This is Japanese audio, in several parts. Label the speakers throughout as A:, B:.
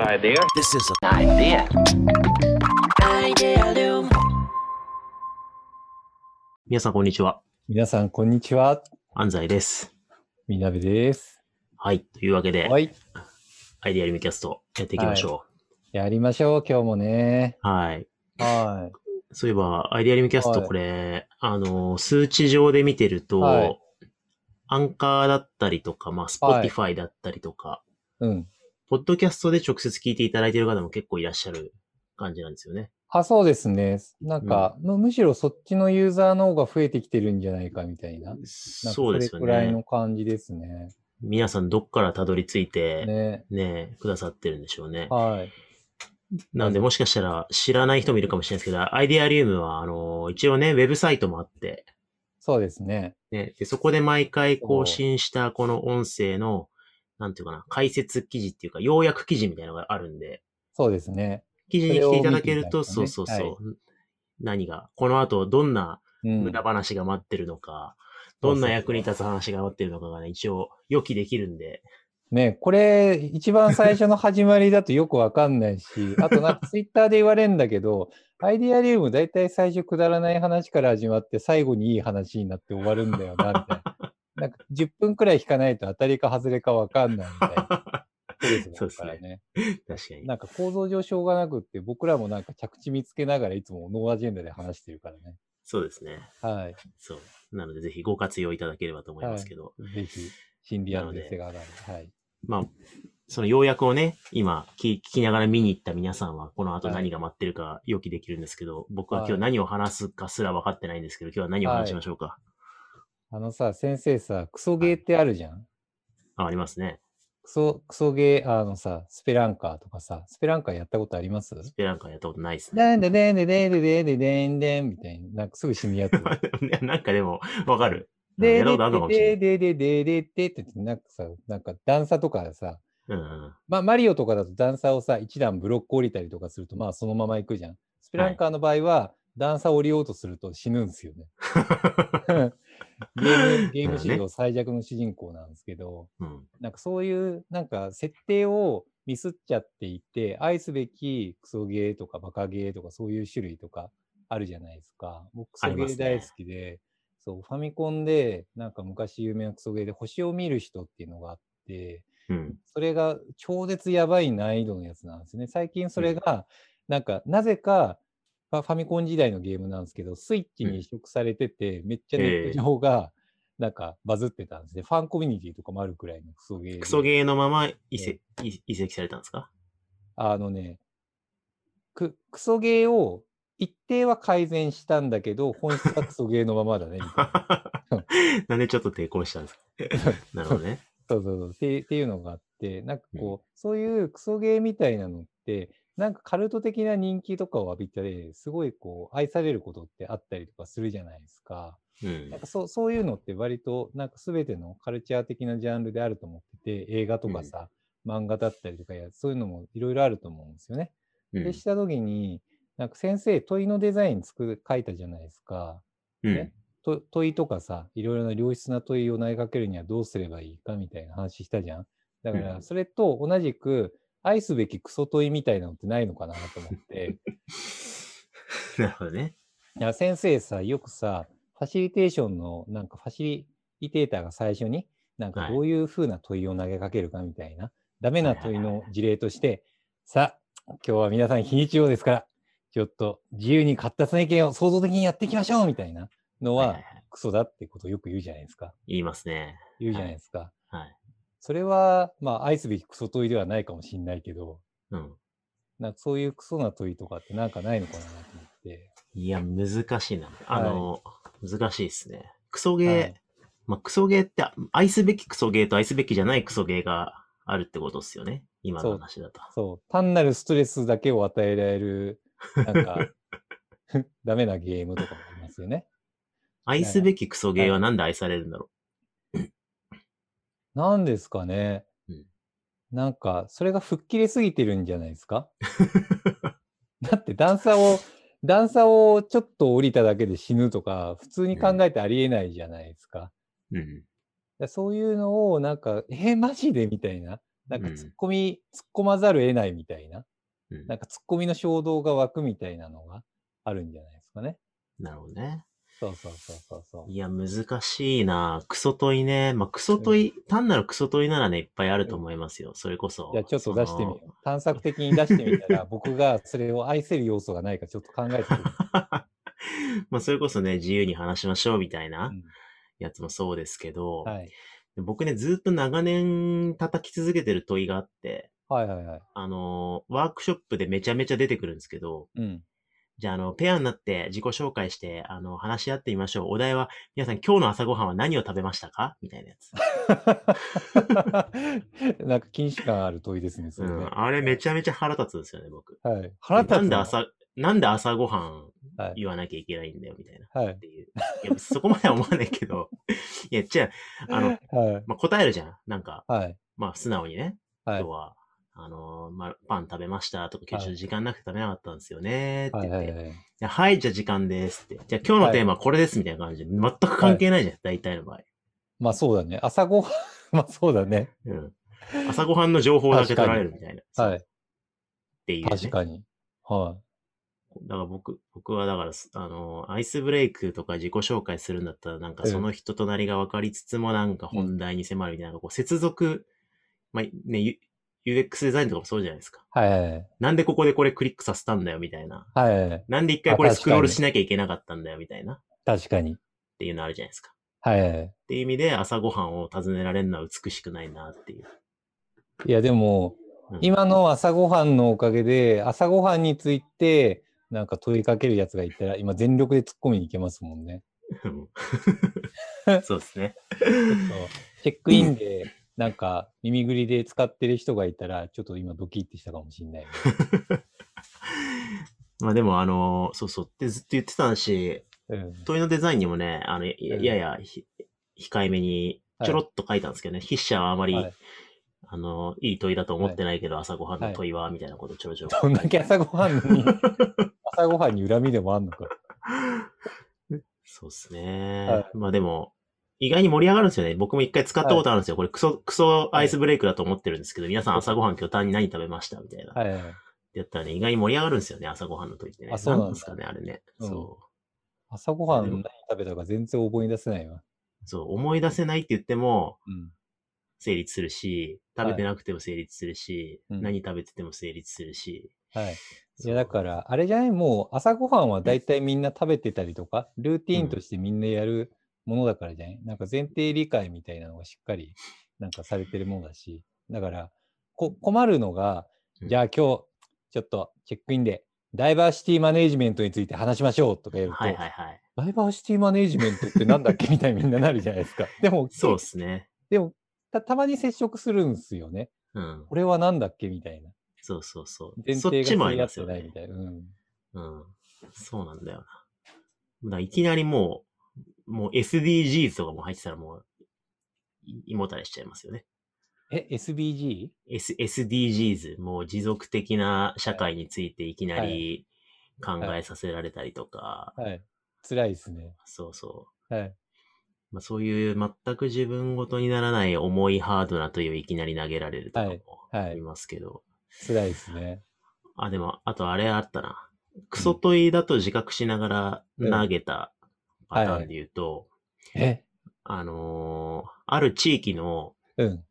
A: Idea.
B: This is a
A: Idea.
B: 皆さんこんにちは。
C: 皆さん、こんにちは。
B: 安西です。
C: みなべです。
B: はい。というわけで、
C: はい。
B: アイデアリムキャストやっていきましょ
C: やりましょう、今日もね。
B: う。はい。
C: は
B: そういえば、アイデアリムキャスト
C: はい
B: これ、あの、数値上で見てると、
C: はい
B: アンカーだったりとか、まあ、スポ
C: は
B: ティ
C: い
B: ファイだったりとか、
C: い。うん。
B: ポッドキャストで直接聞いていただいている方も結構いらっしゃる感じなんですよね。
C: あ、そうですね。なんか、むむしろそっちのユーザーの方が増えてきてるんじゃないかみたいな。なんか
B: そうですよ
C: それくらいの
B: ね。
C: 感じですね。
B: 皆さんどっからたどり着いて、ね
C: ね。
B: くださってるんでしょうね。
C: はい。
B: なので、もしかしたら知らない人もいるかもしれないですけど、アイデアリウムは、あの、一応ね、ウェブサイトもあって、
C: そうですね。
B: ね、でそこで毎回更新したこの音声の、なんていうかな、解説記事っていうか、要約記事みたいなのがあるんで、
C: そうですね。
B: 記事に来ていただけると、
C: そ
B: そう
C: れを見て
B: そ
C: いただ
B: う
C: くと
B: そ
C: ね
B: う。何が、この後どんな
C: うん。
B: 無駄話が待ってるのか、
C: うん
B: どんな役に立つ話が待ってるのかがね、一応予期できるんで、
C: ね、これ、一番最初の始まりだとよくわかんないし、 あとなんかツイッターで言われるんだけど、アイディアリウム大体最初くだらない話から始まって、最後にいい話になって終わるんだよな、みたい な。なんか10分くらい引かないと当たりか外れかわかんないみたいな。
B: そう
C: だ
B: です
C: から
B: ね。
C: ね。
B: 確かに。
C: なんか構造上しょうがなくって、僕らもなんか着地見つけながらいつもノーアジェンダで話してるからね。
B: そうですね。
C: はい。
B: そう。なので、ぜひご活用いただければと思いますけど、
C: ぜひ、心理安全性が上がる。はい。
B: まあ、その要約をね、今聞聞きながら見に行った皆さんは、この後何が待ってるか予期できるんですけど、僕は今
C: は
B: 日
C: い
B: 何を話すかすら分かってないんですけど、今日は何を話しましょうか。
C: あのさ、先生さ、クソゲーってあるじゃん
B: あありますね。
C: クソ、クソゲー、あのさ、スペランカーとかさ、スペランカーやったことあります
B: スペランカーやったことないですね。
C: でんででんででんででんででんでんみたいになんかすぐ死ぬやつ。
B: なんかでも、わかる。
C: で
B: やろうとあるのかもしれな
C: ででででででってなんかさ、なんか段差とかさ、
B: うんうん。
C: まあマリオとかだと段差をさ、一段ブロック降りたりとかすると、まあそのまま行くじゃん。スペランカーの場合は、段差降りようとすると死ぬんですよね。ゲーム、ゲーム史上最弱の主人公なんですけど。
B: うん、
C: なんかそういう、なんか設定をミスっちゃっていて、愛すべきクソゲーとかバカゲーとかそういう種類とかあるじゃないですか。僕ク
B: あり
C: ソゲ
B: ます
C: ー
B: ね
C: 大好きで、そう、ファミコンで、なんか昔有名なクソゲーで星を見る人っていうのがあって、
B: うん。
C: それが超絶やばい難易度のやつなんですね。最近それが、なんかなぜか、ファファミコン時代のゲームなんですけど、スイッチに移植されてて、めっちゃネット上が、なんかバズってたんですね。ファンコミュニティとかもあるくらいのクソゲーで。
B: クソゲーのまま移籍移移籍されたんですか
C: あのね、くクソゲーを一定は改善したんだけど、本質はクソゲーのままだね、みたいな。
B: なんでちょっと抵抗したんです かなるほどね。
C: そうそうそうって。っていうのがあって、なんかこう、そういうクソゲーみたいなのって、なんかカルト的な人気とかを浴びて、すごいこう、愛されることってあったりとかするじゃないですか。
B: うん
C: なん。かそうそういうのって割と、なんか全てのカルチャー的なジャンルであると思ってて、映画とかさ、漫画だったりとかや、そういうのもいろいろあると思うんですよね。
B: うん
C: でした時に、なんか先生、問いのデザイン作書いたじゃないですか。
B: うん。
C: と問いとかさ、いろいろな良質な問いを投げかけるにはどうすればいいかみたいな話したじゃん。だか
B: う
C: ら、
B: ん
C: それと同じく、愛すべきクソ問いみたいなのってないのかなと思 って。
B: なるほどね。
C: いや先生さ、よくさ、ファシリテーションの、なんかファシリテーターが最初に、なん
B: は
C: か
B: い
C: どういうふうな問いを投げかけるかみたいな、ダメな問い
B: はいはい
C: の事例として、さあ、今日は皆さん日にち曜ですから、ちょっと自由に活発な意見を創造的にやっていきましょうみたいなの
B: はいはいは
C: は、
B: い
C: クソだってことをよく言うじゃないですか。
B: 言いますね。
C: 言うじゃないですか。
B: はい。
C: それは、まあ、愛すべきクソ問いではないかもしれないけど、
B: うん。
C: なんかそういうクソな問いとかってなんかないのかなと思って。
B: いや、難しいな。あの、難しいですね。クソゲー、まあ、クソゲーって、あ愛すべきクソゲーと愛すべきじゃないクソゲーがあるってことですよね。今の話だと。
C: そう、単なるストレスだけを与えられる、なん か、ダメなゲームとかもありますよね。
B: 愛すべきクソゲーはなんで愛されるんだろ
C: なんですかね。
B: うん
C: なんか、それが吹っ切れすぎてるんじゃないですかだって段差を、段差をちょっと降りただけで死ぬとか、普通に考えてありえないじゃないですか。
B: う。うん。
C: だそういうのを、なんか、えーマジでみたいな。なんか突っ込み、突っ込まざるを得ないみたいな、
B: うん
C: なんか突っ込みの衝動が湧くみたいなのがあるんじゃないですかね。
B: なるほどね。
C: そうそうそうそうそう。
B: いや、難しいなクソ問いね。まあ、クソ問い、単なるクソ問いならね、いっぱいあると思いますよ。それこそ。
C: じゃあちょっと出してみよ。
B: そう
C: 探索的に出してみたら、 僕がそれを愛せる要素がないかちょっと考えてみて、
B: のまあ、それこそね、自由に話しましょうみたいな
C: うん
B: やつもそうですけど、
C: はい。
B: 僕ね、ずっと長年叩き続けてる問いがあって、
C: はいはいはい。
B: あのーワークショップでめちゃめちゃ出てくるんですけど、
C: うん。
B: じゃあ、あの、ペアになって自己紹介して、あの、話し合ってみましょう。お題は、皆さん今日の朝ごはんは何を食べましたかみたいなやつ。
C: なんか禁止感ある問いですね、そうれね
B: ん。あれめちゃめちゃ腹立つんですよね、僕。
C: はい。腹立つ
B: な
C: の。
B: んで朝、なんで朝ごはん
C: はい
B: 言わなきゃいけないんだよ、みたいな。っ
C: はい。
B: ていう。いや、そこまでは思わないけど。 いや、じゃあ、あの、
C: はい。
B: まあ、答えるじゃん。なんか、
C: はい。
B: まあ、素直にね、
C: は
B: 今
C: い
B: 日。は、あのーまあ、パン食べましたとか、今日ちょっ
C: は
B: と時間なくて食べなかったんですよね、って
C: は
B: 言
C: い。
B: って。
C: はいい。はい。
B: やはい、じゃあ時間ですって。じゃあ今日のテーマはこれです、みたいな感じで。全く関係ないじゃん、大体の場合。
C: まあそうだね。朝ごはん、 まあそうだね。
B: うん。朝ごはんの情報だけ取られるみたいな。そう
C: は
B: っ
C: い。
B: ていう、ね。
C: 確かに。は
B: だから僕、僕はだからす、あの、アイスブレイクとか自己紹介するんだったら、なんか
C: ええ
B: その人となりが分かりつつも、なんか本題に迫るみたいな、こう、接続、まあ、ね、U- UX デザインとかもそうじゃないですか。
C: い。はいはい
B: なんでここでこれクリックさせたんだよ、みたいな。
C: はい。はいはい。
B: なんで一回これ
C: あ
B: スクロール
C: 確か
B: し
C: に
B: なきゃいけなかったんだよ、みたいな。っ
C: 確かに。
B: ていうのあるじゃないですか。
C: はいはい。
B: っていう意味で、朝ごはんを尋ねられるのは美しくないな、っていう。
C: いや、でも
B: うん、
C: 今の朝ごはんのおかげで、朝ごはんについて、なんか問いかけるやつがいたら、今全力で突っ込みに行けますもんね。
B: そうですね。
C: チェックインで、なんか耳ぐりで使ってる人がいたら、ちょっと今ドキッてしたかもしれないね。
B: まあでも、あの、そうそうってずっと言ってたし、
C: うん。
B: 問いのデザインにもね、あの、いや
C: うん
B: ややひ控えめに
C: はい
B: ちょろっと書いたんですけどね、筆者はあまり、
C: はい
B: あの、いい問いだと思ってないけど、朝ごはんの問いは、みたいなことちょろちょろ。
C: どんだけ朝ごはん に、朝ごはんに恨みでもあんのか。
B: そうですね。
C: は
B: まあでも、意外に盛り上がるんですよね。僕も一回使ったことあるんですよ。これクソ、クソアイスブレイクだと思ってるんですけど、皆さん朝ごはん今日単に何食べましたみたいな。
C: はいはい。
B: やったらね、意外に盛り上がるんですよね、朝ごはんの時ってね。
C: あそうなんだ
B: ですかね、あれね。
C: うん
B: そう。
C: 朝ごはん
B: でも
C: 何食べたか全然思い出せないわ。
B: そう、思い出せないって言っても、
C: うん。
B: 成立するし、食べてなくても成立するし、
C: はいうん
B: 何食べてても成立するし。
C: はい。い
B: そう
C: や、だから、あれじゃない、もう朝ごはんは大体みんな食べてたりとか、ルーティーンとしてみんなやるものだからじゃない、なんか前提理解みたいなのがしっかり、なんかされてるものだし、だから、こ困るのが、
B: うん
C: じゃあ今日、ちょっとチェックインで、ダイバーシティマネージメントについて話しましょうとか言うと、
B: はいはいはい。
C: ダイバーシティマネージメントってなんだっけみたいにみんななるじゃな いですか。でも、
B: そうですね。
C: でもた、たまに接触するんですよね。
B: うん。
C: これはなんだっけみたいな。
B: そうそうそう。
C: 前
B: そっ
C: 提が
B: ちもあ
C: 釣
B: り
C: り合
B: ま
C: っ
B: す
C: て
B: よ
C: ない
B: ね
C: み。たいな。うん
B: うん。そうなんだよな。だからいきなりもう、もう SDGs とかも入ってたらもう、い胃もたれしちゃいますよね。
C: え、SBG?
B: S、SDGs、もう持続的な社会についていきなり考えさせられたりとか、
C: はい。辛いですね。
B: そうそう。
C: はい。
B: まあ、そういう全く自分ごとにならない重いハードなといういきなり投げられるとかも
C: は
B: あり
C: い。
B: ますけど。
C: 辛いです ね。
B: あ、でも、あとあれあったな。クソ問いだと自覚しなが
C: うん
B: ら投げたパターンで言うと、
C: え
B: あのーある地域の
C: うん。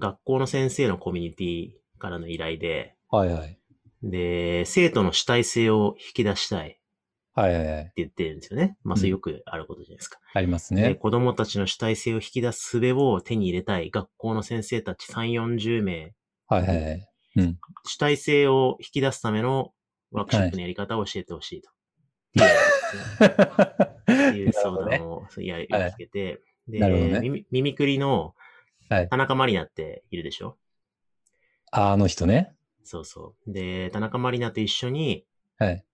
B: 学校の先生のコミュニティからの依頼で、
C: はいはい。
B: で、生徒の主体性を引き出したいって
C: はいはいはい。
B: 言ってるんですよね。まあ、
C: うん
B: それよくあることじゃないですか。
C: あります
B: で
C: ね。
B: 子供たちの主体性を引き出す術を手に入れたい学校の先生たち3、40名、
C: はいはい はい。うん。
B: 主体性を引き出すためのワークショップのやり方を教えてほしいと。っていう相
C: なる
B: 談
C: ほ
B: を、そういや、受けて、で、
C: なるほどね
B: 耳耳くりの
C: はい
B: 田中まりなっているでしょ、
C: ああの人ね。
B: そうそう。で、田中まりなと一緒に
C: はい。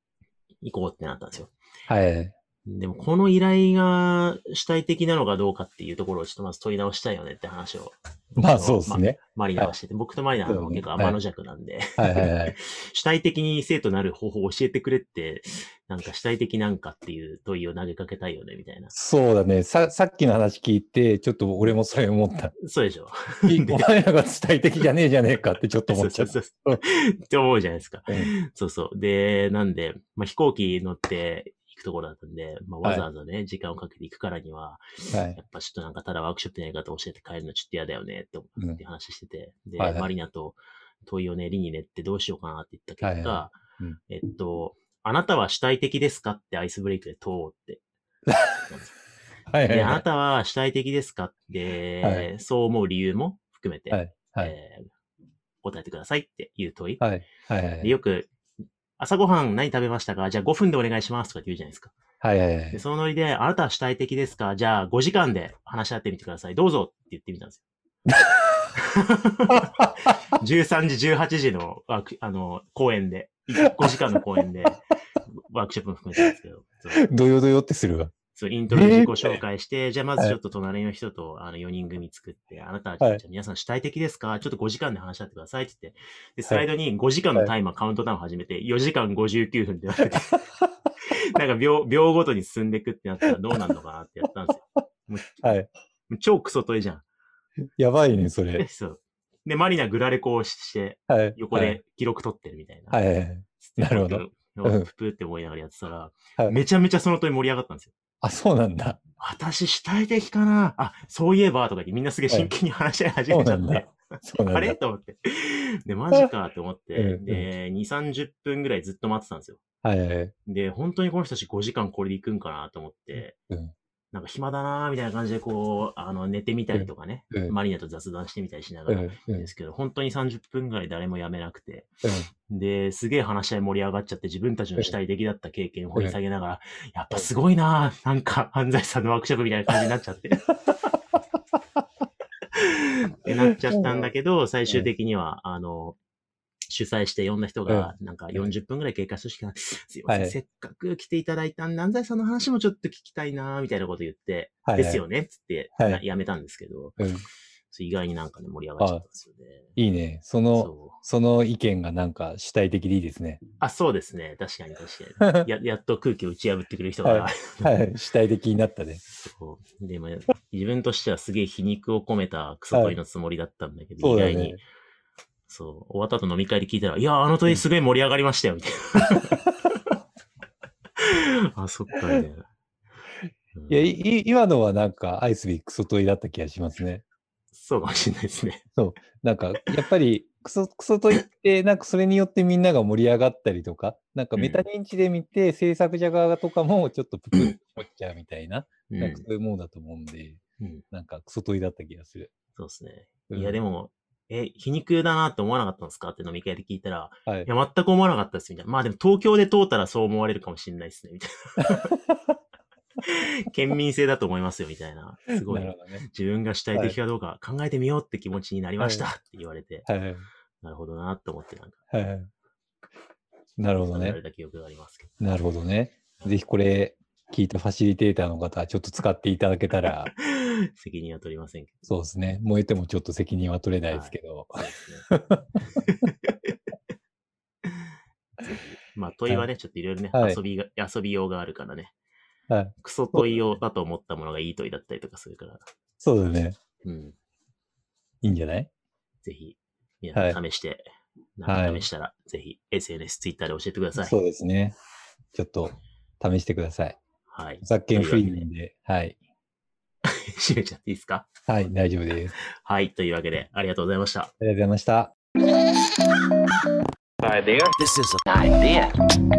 B: 行こうってなったんですよ。
C: はいはい。
B: でも、この依頼が主体的なのかどうかっていうところをちょっとまず問い直したいよねって話を。
C: まあそうですね。
B: マリナはしてて、僕とマリナはもう結構天の弱なんで、
C: はいはい はい。
B: 主体的に生徒なる方法を教えてくれって、なんか主体的なんかっていう問いを投げかけたいよねみたいな。
C: そうだね。さ、さっきの話聞いて、ちょっと俺もそれ思った。
B: そうでしょ。
C: お前らが主体的じゃねえじゃねえかってちょっと思っちゃっ
B: そ
C: た
B: う。そうそうって思うじゃないですか。
C: うん
B: そうそう。で、なんで、まあ、飛行機乗って行くところだったんで、まあ、
C: は
B: わ
C: い
B: ざわざね、時間をかけて行くからには、
C: はい
B: や。っぱちょっとなんかただワークショップのやり方を教えて帰るのちょっと嫌だよねって思
C: うん
B: って話してて、で、
C: はいはい
B: マリナと問いをね、理にねってどうしようかなって言った結果、
C: はいはうん
B: えっと、あなたは主体的ですかってアイスブレイクで通って。
C: はいはい
B: で、あ
C: は
B: なたは主体的ですかって、
C: は
B: そう思う理由も含めて、
C: はいはい
B: えー答えてくださいっていう問い。
C: い。はいはいは
B: で
C: い。
B: よく、朝ごはん何食べましたかじゃあ5分でお願いしますとかって言うじゃないですか。
C: はいはいはい
B: で、。そのノリで、あなたは主体的ですかじゃあ5時間で話し合ってみてください。どうぞって言ってみたんですよ。13時、18時のワーク、あの、公演で、5時間の公演で、ワークショップも含めてなんですけど、そう
C: どよどよってするわ。
B: そうイントロで自己紹介して、じゃあまずちょっと隣の人と、あの4人組作って、あなたは、
C: はい
B: じゃあ皆さん主体的ですかちょっと5時間で話し合ってくださいって言って、で、スライドに5時間のタイマー、カウントダウン始めて、4時間59分ってなって て、なんか秒、秒ごとに進んでいくってなったらどうなるのかなってやったんですよ。もう
C: はい。
B: もう超クソ問いじゃん。
C: やばいね、そ
B: で
C: れ。
B: そう。で、マリナグラレコをして、
C: はい。
B: 横で記録取ってるみたいな。
C: はい。はいはい。なるほど。うん
B: ププって思いながらやってたら、
C: はい
B: めちゃめちゃその問い盛り上がったんですよ。
C: あ、そうなんだ。
B: 私主体的かなあ、そういえばとか言ってみんなすげえ真剣に話し合い始めちゃって。
C: はいそうなん
B: あれ
C: だ。
B: と思って。で、マジかと思って、
C: うんうん
B: で、2、30分ぐらいずっと待ってたんですよ。
C: はいはいはい。
B: で、本当にこの人たち5時間これで行くんかなと思って、
C: うん
B: なんか暇だなーみたいな感じでこう、あの、寝てみたりとかね、
C: うん
B: マリナと雑談してみたりしなが
C: うん
B: ら
C: うん
B: ですけど、本当に30分ぐらい誰もやめなくて、
C: うん
B: で、すげえ話し合い盛り上がっちゃって、自分たちの主体的だった経験を掘り下げながら、やっぱすごいなーなんか、犯罪さんのワークショップみたいな感じになっちゃ って。ってなっちゃったんだけど、最終的には、あの、主催して呼んだ人が、なんか40分ぐらい経過してしか、すいません、
C: はい
B: せっかく来ていただいたんで、安西さんの話もちょっと聞きたいなーみたいなこと言って、
C: はいはい
B: ですよねっつって、
C: はい
B: なやめたんですけど、
C: うん
B: そう意外になんかね、盛り上がっちゃったんですよね。
C: いいね。その、
B: そう
C: その意見がなんか主体的でいいです ね。
B: あ、そうですね。確かに確かに。
C: は
B: ややっと空気を打ち破ってくれる人が、
C: はい。主体的になったね。
B: そうでも自分としてはすげえ皮肉を込めたクソ問いのつもりだったんだけど、
C: そう
B: 意
C: だ
B: 外
C: ね
B: に。。そう、終わった後飲み会で聞いたら、いやー、あの問いすごい盛り上がりましたよ、みたいな。あ、そっか、みたいな。うん
C: いや、いい今のはなんかアイスビークソ問いだった気がしますね。
B: そうかもしれないですね。
C: なんか、やっぱり、クソ、クソと言って、なんかそれによってみんなが盛り上がったりとか、なんかメタ認知で見て、制作者側とかもちょっとプクッと落ちちゃうみたいな、
B: う
C: なん
B: ん
C: か。そういうものだと思うんで、
B: うん
C: なんかクソ問いだった気がする。
B: そうですね。
C: うん
B: いや、でも、え、皮肉だなって思わなかったんですかって飲み会で聞いたら、
C: はいい。
B: や、全く思わなかったです、みたいな。まあでも東京で通ったらそう思われるかもしれないですね、みたい な。県民性だと思いますよ、みたいな。すごい
C: な。るほどね。
B: 自分が主体的かどうか考えてみようって気持ちになりましたって言われて、
C: はい。
B: なるほどなって思って、なんか、
C: はい。なるほど
B: 言わ
C: ね
B: れ。た記憶がありますけど。
C: なるほどね。ぜひこれ、聞いたファシリテーターの方はちょっと使っていただけた ら、
B: 責任は取りませんけ
C: そうですね。燃えてもちょっと責任は取れないですけど。
B: ど。そうですね。 まあ、問いはね、ちょっといろいろね、
C: はい
B: 遊びが、遊びようがあるからね。
C: はい。
B: クソ問い用だと思ったものがいい問いだったりとかするから、
C: そうだね。
B: うん。
C: いいんじゃない
B: ぜひ、皆さん試して、なんか試したら、ぜひ SNS、Twitter で教えてください。
C: そうですね。ちょっと試してください。
B: はい。
C: 著作権フリーなんで、はい。
B: 閉めちゃっていいですか
C: はい、大丈夫です。
B: はい。というわけで、ありがとうございました。
C: ありがとうございました。
A: This is an idea.